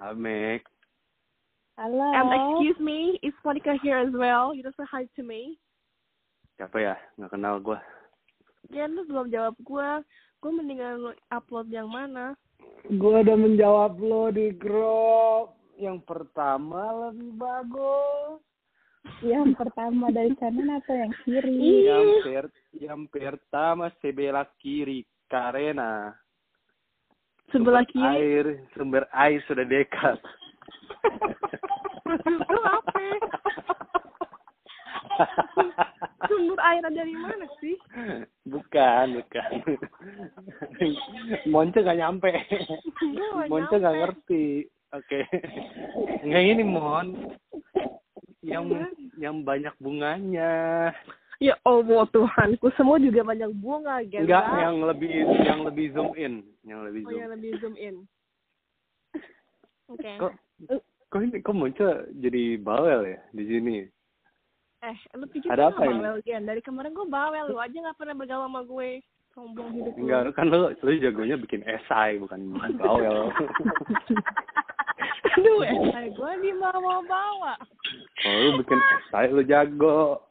Hi, Meg. Halo. And excuse me, it's Monica here as well. You don't say hi to me. Siapa ya? Nggak kenal gue. Ya, lu belum jawab gue. Gue mendingan lu upload yang mana? Gue udah menjawab lo di grup. Yang pertama lebih bagus. Yang pertama dari kanan atau yang kiri? Ih, Yang, per yang pertama sebelah kiri karena sebelah sumber kiri. air sumber air sudah dekat. Itu apa? Sumber airnya dari mana sih? bukan, bukan. Monce nggak nyampe. Gua nggak Monce nggak nyampe. ngerti. Oke. Nggak ini Mon. Yang Iya. yang banyak bunganya. Ya Allah Tuhanku, semua juga banyak bunga, gitu. Enggak, yang lebih yang lebih zoom in, yang lebih Oh, zoom. yang lebih zoom in. Oke. Kok kok ini kok muncul jadi bawel ya di sini? Eh, lu pikir Ada Ada apa apa ini? bawel, Gen? Dari kemarin gue bawel, lu aja gak pernah bergaul sama gue. Sombong hidup lu. Enggak, kan lo lo jagonya bikin esai bukan bawel. Aduh, eh, esai gue dibawa-bawa. Kalau lu bikin esai lu jago.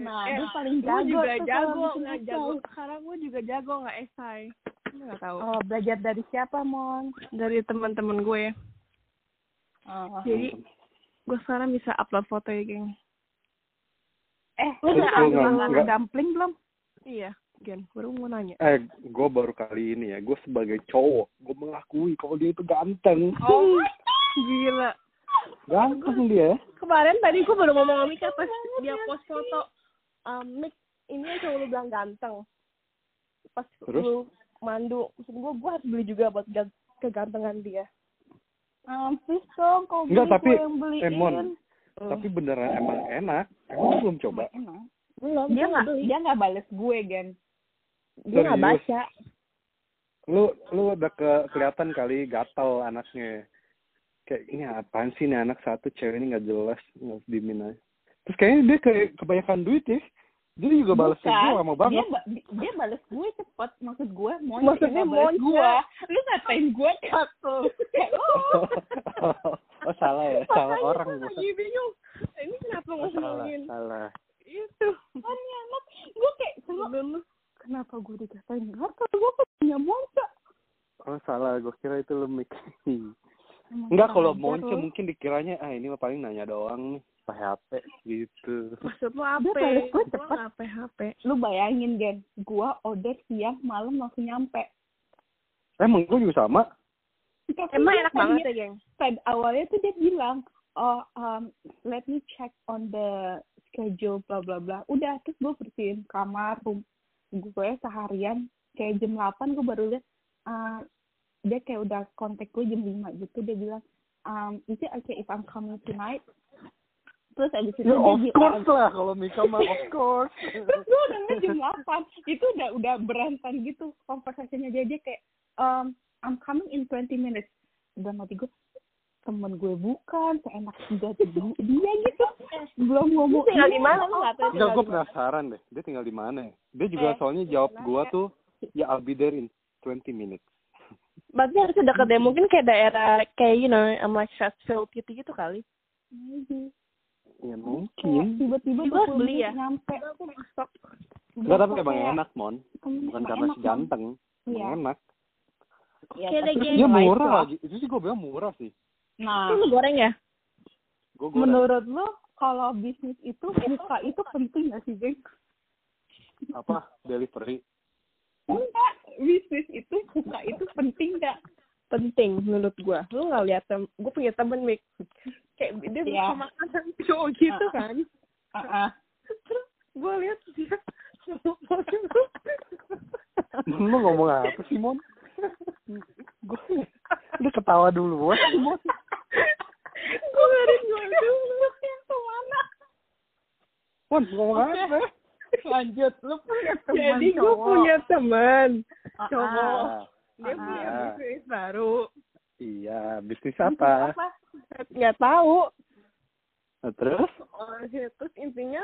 Nah, Eh, lu paling Gue jago. tuh juga kalau jago, bikin nggak esai. jago. Sekarang gue juga jago nggak esai. Lu nggak tahu. Oh, belajar dari siapa, Mon? Dari teman-teman gue. Oh. Jadi gue sekarang bisa upload foto ya, geng. Eh, Lu nggak ambil nggak- celana nggak- gampling belum? Iya, Gen. Baru mau nanya. Eh, gue baru kali ini ya, gue sebagai cowok, gue mengakui kalau dia itu ganteng. Oh Gila. Ganteng dia. Kemarin tadi gue baru ngomong sama Mika pas dia post foto. Um, Mik, ini yang cowok lu bilang ganteng. Pas Terus? lu mandu. Maksud gue, gue harus beli juga buat gan- kegantengan dia. Ampis dong, kau beli Nggak, tapi- gua yang beliin. eh, Mon. Tapi beneran emang enak. Emang lu belum coba. Emang. Belum, Dia nggak beli. dia nggak bales gue, Gen. Dia nggak Serius? baca. Lu lu udah ke, kelihatan kali gatal anaknya. Kayak ini apaan sih nih anak satu cewek ini nggak jelas nggak dimin aja. Terus kayaknya dia kayak kebanyakan duit ya. Dia juga balas ke Bukan. gue lama banget. Dia, ba- dia balas gue cepet. Maksud gue, Mon. Maksudnya dia balas Monca. gue. Lu ngatain gue kaku. Oh, salah ya, salah Makanya orang gua gua. lagi bingung. Ini kenapa Oh, salah, ngomongin salah. itu? Mon, ya, Mon. gue kayak, "Lu Dulu. kenapa gue dikatain gatal? Gue kan punya Monca. Oh salah, gue kira itu lemik. Enggak kalau Monce mungkin dikiranya ah ini mah paling nanya doang nih, pakai HP gitu. Maksud lo apa? Dia balas gua Gua cepet. nggak PHP. Lu bayangin, Gen. Gue order siang, malam langsung nyampe. Emang gue juga sama. Tapi Emang dia enak tadinya- banget ya, geng. tadi awalnya tuh dia bilang oh um, let me check on the schedule bla bla bla udah terus gue bersihin kamar rum- gue seharian kayak jam 8 gue baru lihat uh, dia kayak udah kontak gue jam 5 gitu dia bilang um, is it okay if I'm coming tonight terus abis itu Ya dia of bilang- course lah kalau Mika mah of course. terus gue udah ngeliat jam 8 itu udah udah berantem gitu konversasinya dia dia kayak um, I'm coming in 20 minutes dalam hati gue temen gue bukan seenak juga dia dia gitu belum ngomong Lu tinggal iya, di mana? Lu nggak tahu apa. Enggak gue penasaran deh, dia tinggal di mana? ya? Dia juga Eh, soalnya jawab kenapa? gue tuh ya I'll be there in 20 minutes. Berarti harus dekat deh. Mungkin kayak daerah kayak you know, I'm like Sheffield gitu-gitu kali. Ya Kayak mungkin. tiba-tiba Jadi gua harus 20 beli menit ya? nyampe Aku masak. Enggak tapi emang enak Mon, temen bukan Iya. emang karena enak, si Mon. ganteng. Iya. Emang enak. Iya, Oke deh, tapi geng. Dia baik lah. murah lagi. Itu sih gue bilang murah sih. nah Itu lu goreng ya? Gue gue menurut lo kalau bisnis itu muka itu penting gak sih geng apa delivery. enggak bisnis itu muka itu penting gak Penting menurut gua. Lu nggak lihat tem gua punya temen Mik. Kayak dia Iya. suka makanan cowok gitu Ah. kan. Ah, ah. Terus gua lihat dia ngomong Lu ngomong apa sih, Mon? Gue lu ketawa dulu, Mon. gue ngarin gue dulu yang kemana Mon, ngomong apa? lanjut lu punya teman jadi gue cowok. punya teman Ah, cowok. ah. Nah, Ah. dia punya bisnis baru Iya, bisnis apa? apa nggak tahu Nah, terus? Oh, ya. terus intinya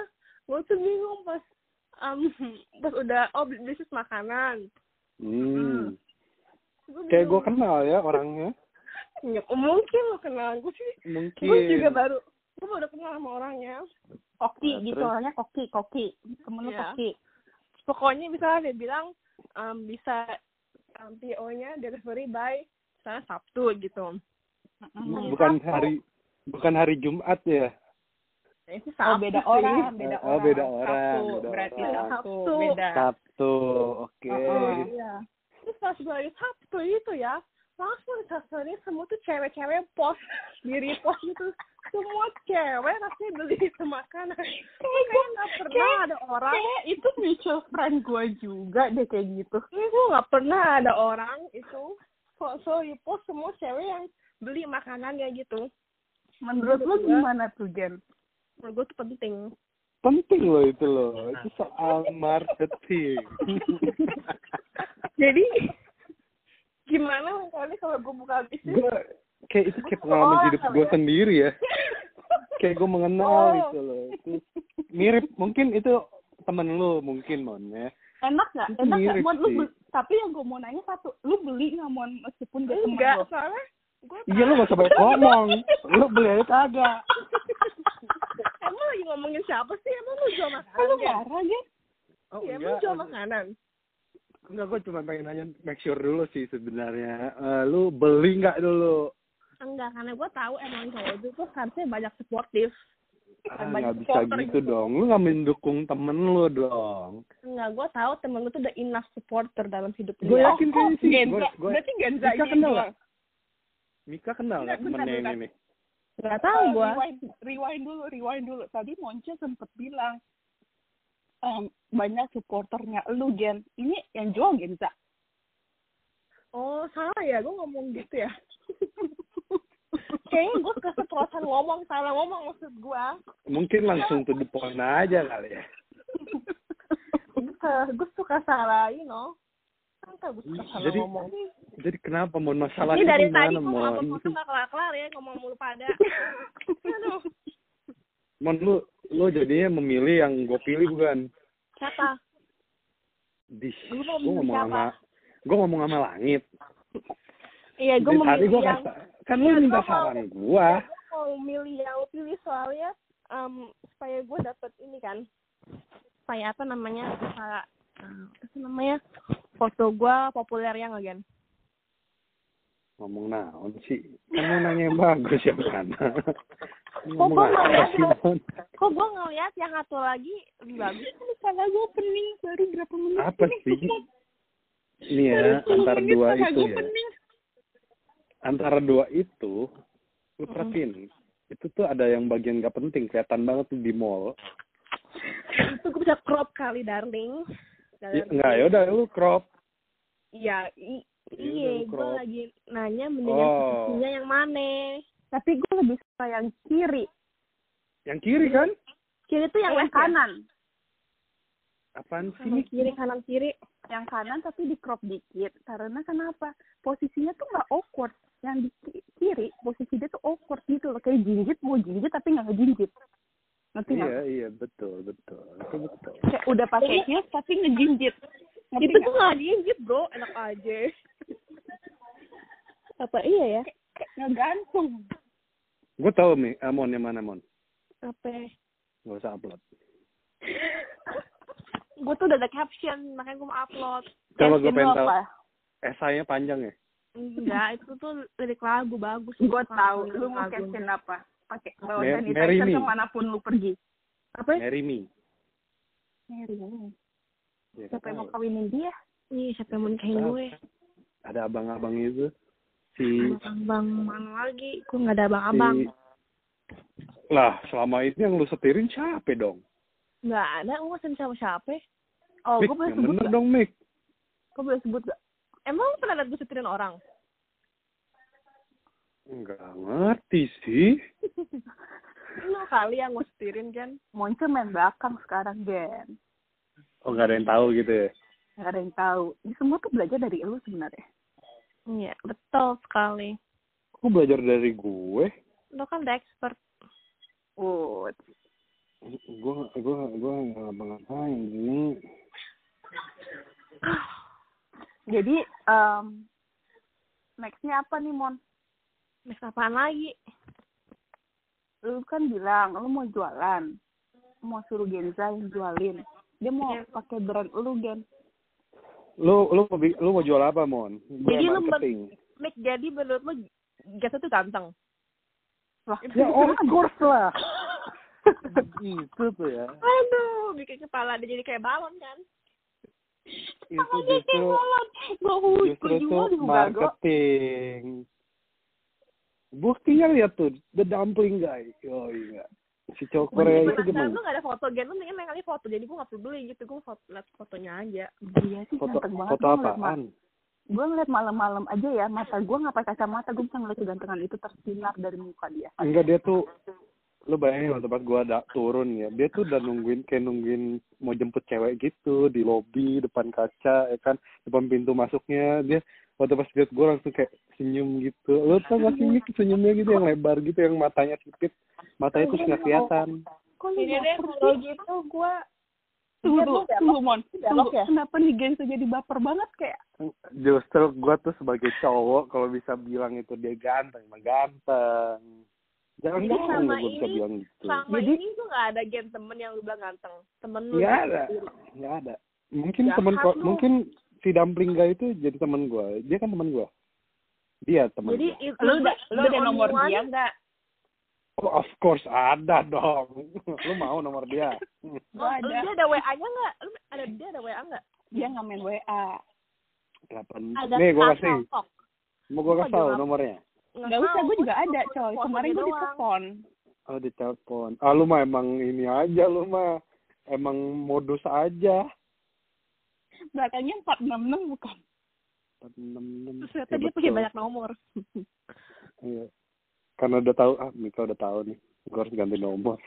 gue tuh bingung pas um, pas udah oh bisnis makanan Hmm. Gua Kayak gue bingung. kenal ya orangnya. Ya, mungkin lo kenal gue sih. Mungkin. Iya. Gue juga baru, gue baru kenal sama orangnya. koki Nah, gitu terus? orangnya koki koki temen lu Iya. koki Pokoknya misalnya dia bilang em, bisa em, PO-nya delivery by misalnya Sabtu gitu. Bu- Mm. Hmm, bukan hari bukan hari Jumat ya. Nah, itu oh Sabtu beda sih. orang beda Oh, orang beda orang, Sabtu, beda berarti orang. Sabtu Sabtu. Nah. beda Sabtu. Oke. Heeh. Iya. Terus pas gue hari Sabtu itu ya, langsung sasarnya semua tuh cewek-cewek post, di repost gitu. Semua cewek rasanya beli itu makanan. Kayak nggak pernah kayak- ada orang, kayak itu mutual friend gue juga deh kayak gitu ini gue nggak pernah ada orang itu. So, so repost semua cewek yang beli makanannya gitu. menurut lu Gua- gimana tuh Jen Menurut gue tuh penting. Penting loh itu loh. Itu soal marketing. Jadi gimana kali kalau gue buka bisnis? gue kayak itu kayak pengalaman hidup gue sendiri ya. Kayak gue mengenal Oh. gitu loh. Itu mirip mungkin itu temen lu mungkin mon ya. enak nggak Itu enak nggak mirip buat lu sih. beli- tapi yang gue mau nanya satu lu beli nggak mau meskipun gak temen Enggak, lu soalnya gue Iya lu gak usah banyak ngomong. Lu beli aja kagak. Emang lagi ngomongin siapa sih? Emang lu jual makanan? lu Jen? marah Jen Oh, Iya, emang jual makanan. Enggak, gue cuma pengen nanya make sure dulu sih sebenarnya. Eh, lu beli nggak dulu? Enggak, karena gue tahu emang cowok itu tuh harusnya banyak sportif. Ah, Banyak nggak bisa supporter gitu dong. Lu nggak mendukung temen lu dong. Enggak, gue tahu temen gue tuh udah enough supporter dalam hidup Gue dia. yakin kayaknya sih. Gue, Genza gue, Oh, berarti Genza Mika kenal nggak? Mika kenal nggak Iya, Bentar, bentar, temennya bentar. yang ini? Enggak tahu Eh, gue. Rewind, rewind dulu, rewind dulu. Tadi Monce sempet bilang em, banyak supporternya lu Gen. Ini yang jual Genza. Oh, salah ya, gue ngomong gitu ya. Kayaknya gue keceplosan ngomong, salah ngomong maksud gue. Mungkin langsung to the point aja kali ya. Gue suka salah, you know. Kan gue suka salah Jadi- ngomong. Jadi kenapa mon masalahnya Ini dari di tadi mana gue ngomong mon? tuh gak kelar-kelar ya, ngomong mulu pada. Aduh, Mon lu lu jadinya memilih yang gue pilih bukan? kata. Di. Lu Gue mau ngomong milih sama gue ngomong sama langit. Iya, gue Dari tadi memilih gue yang... kan lu Iya, minta gua mau- saran gue. Gue mau milih yang lo pilih soalnya em, supaya gue dapet ini kan. Supaya apa namanya, supaya... eh, apa sih namanya? Foto gue populer ya, yang again. ngomong naon sih kan mau nanya yang bagus ya kan gua ngomong nanya apa sih dong. Mon? Kok gue ngeliat yang satu lagi lebih bagus. Salah gue pening baru berapa menit. apa sih ini ya antara dua itu ya gitu. antara dua itu lu Hmm. perhatiin itu tuh ada yang bagian gak penting kelihatan banget tuh di mall Itu gue bisa crop kali, Iya. darling. ya, Darling. enggak ya udah lu crop Iya, i- Iya, iya, udah gue crop. lagi nanya Iya, mendingan Oh. posisinya yang mana. Tapi gue lebih suka yang kiri. yang kiri kan Kiri tuh yang Yang, left kanan. kanan. apaan Iya, sih Kanan kiri, kanan kiri. Yang kanan tapi di crop dikit. Karena kenapa? Posisinya tuh nggak awkward. Yang di ki- kiri posisi dia tuh awkward gitu loh. Kayak jinjit mau jinjit tapi nggak ngejinjit. Ngerti nggak? iya iya betul betul itu betul Kayak udah pakai heels tapi ngejinjit. Ngerti Itu nggak? gue gak diinjit bro, enak aja. Apa iya ya? ngegantung. gue tau nih ah, mon yang mana mon Apa? gak usah upload gue tuh udah ada caption, makanya gue mau upload. coba Caption gue lu pengen tau apa? esainya panjang ya Enggak, itu tuh lirik lagu bagus. Gue tahu. Lirik Lu mau lagu. caption apa? Pakai bawa Mer- Mary sanitizer Me. kemanapun lu pergi. Apa? Mary Me Ya, Siapa yang tahu. mau kawinin dia? Nih, siapa yang mau nikahin gue? ada abang-abang itu si Abang-abang mana lagi? Gue gak ada abang-abang. si lah selama ini yang lu setirin siapa dong Gak ada, gue gak sama siapa. Oh, Mik gue boleh yang sebut bener gak? dong Mik Gue boleh sebut gak? Emang lu pernah liat gue setirin orang? nggak ngerti sih Lu kali yang gue setirin, kan? Monce main belakang sekarang, Gen. oh nggak ada yang tahu gitu ya Gak ada yang tahu. Ini semua tuh belajar dari lu sebenarnya. Iya, betul sekali. aku belajar dari gue Lo kan udah expert. Oh, gue gue gue nggak ngapa-ngapain ini jadi um, nextnya apa nih Mon? Next apaan lagi? lu kan bilang lu mau jualan mau suruh Genza yang jualin dia mau pakai brand lu Gen Lu lu mau bi- lu mau jual apa, Mon? Gua Jadi lu men- marketing. Nick, jadi menurut lu Gesa tuh ganteng? lah gitu kan? Ya, of course lah. itu tuh ya. Aduh, bikin kepala dia jadi kayak balon kan? Itu Sama dia kayak justru molot. Gua hu- justru gua tuh jual juga, gua. marketing. Buktinya lihat tuh, the dumpling guy. Oh iya. Si cowok Korea itu Penasaran, gimana? lu gak ada foto gen, lu mendingan lain kali foto. Jadi gue gak perlu beli gitu, gue foto, liat fotonya aja. Iya sih Foto ganteng banget foto Gua ngeliat ma- apaan? gua ngeliat malam-malam aja ya mata gua nggak pakai kacamata gua bisa ngeliat kegantengan itu tersinar dari muka dia Enggak dia tuh lu bayangin waktu pas gua ada turun ya dia tuh udah nungguin kayak nungguin mau jemput cewek gitu di lobi depan kaca ya kan depan pintu masuknya dia waktu pas lihat gua langsung kayak senyum gitu lu tau gak sih Mik, senyumnya gitu yang lebar gitu yang matanya sipit matanya tuh nggak kelihatan kok lu Jadi nggak deh, pergi Iya, kalau gitu gue... tunggu Iya, dulu, lu belok. tunggu mon tunggu belok ya? kenapa nih Genza jadi baper banget kayak justru gua tuh sebagai cowok kalau bisa bilang itu dia ganteng mah ganteng jangan Jadi jangan sama gua bisa ini bilang gitu Selama jadi ini tuh gak ada gen temen yang lu bilang ganteng. Temen lu. nggak ada nggak ada mungkin Jahat teman ko- lu. mungkin si dumpling guy itu jadi teman gua dia kan teman gua dia teman Jadi gua itu Lu udah- lu the ada only nomor one dia nggak? oh, of course ada dong lu mau nomor dia Oh, Gua lu ada. dia ada WA-nya nggak? Lu ada dia ada WA nggak? dia nggak main WA Delapan. Ada nih gua asal kasih sok. mau gua kasih tau Ada. nomornya nggak usah tahu, gua juga cuma ada foto- coy foto kemarin dia gua doang. ditelepon oh ditelepon ah lu mah emang ini aja lu mah emang modus aja belakangnya empat enam enam bukan enam enam Ya, Terus ternyata dia punya banyak nomor. Iya. Karena udah tahu ah Mika udah tahu nih, gue harus ganti nomor.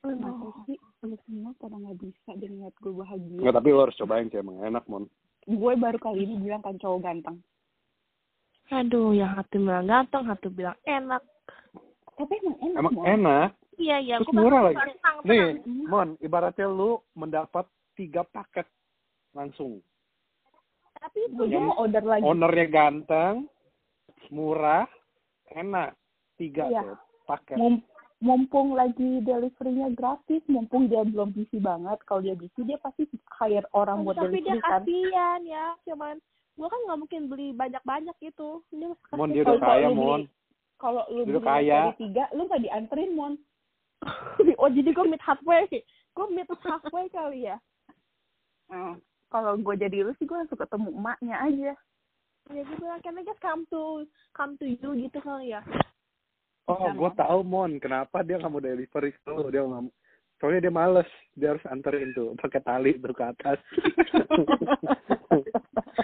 Masa sih lu semua pada nggak bisa deh ngeliat gue bahagia Enggak, tapi lo harus cobain sih emang enak mon. gue baru kali ini bilang kan cowok ganteng Aduh, yang satu bilang ganteng, satu bilang enak. tapi emang enak Emang Mon. enak. Iya, iya. Terus gua bakal murah lagi. pasang, tenang. Nih, mon, ibaratnya lu mendapat tiga paket langsung. Tapi itu gue Yang mau order lagi Ownernya ganteng, murah, enak. Tiga Iya. tuh paket. Mum- mumpung lagi deliverynya gratis mumpung dia belum busy banget kalau dia busy dia pasti hire orang buat tapi delivery dia kan kasihan ya. Cuman gua kan nggak mungkin beli banyak-banyak gitu. Ini Mon dia udah Kalau kaya lu beli- mon. kalau lu Dia beli kaya. dari tiga lu nggak dianterin mon oh jadi gue meet halfway. Gue meet halfway kali ya. Nah, kalau gue jadi lu sih gue langsung ketemu emaknya aja Ya gue bilang, can I just come to come to you gitu kali ya. Oh, Sama. gue tahu mon. Kenapa dia nggak mau delivery ke lu? Dia nggak mau- Soalnya dia males, dia harus anterin tuh pakai tali tuh ke atas.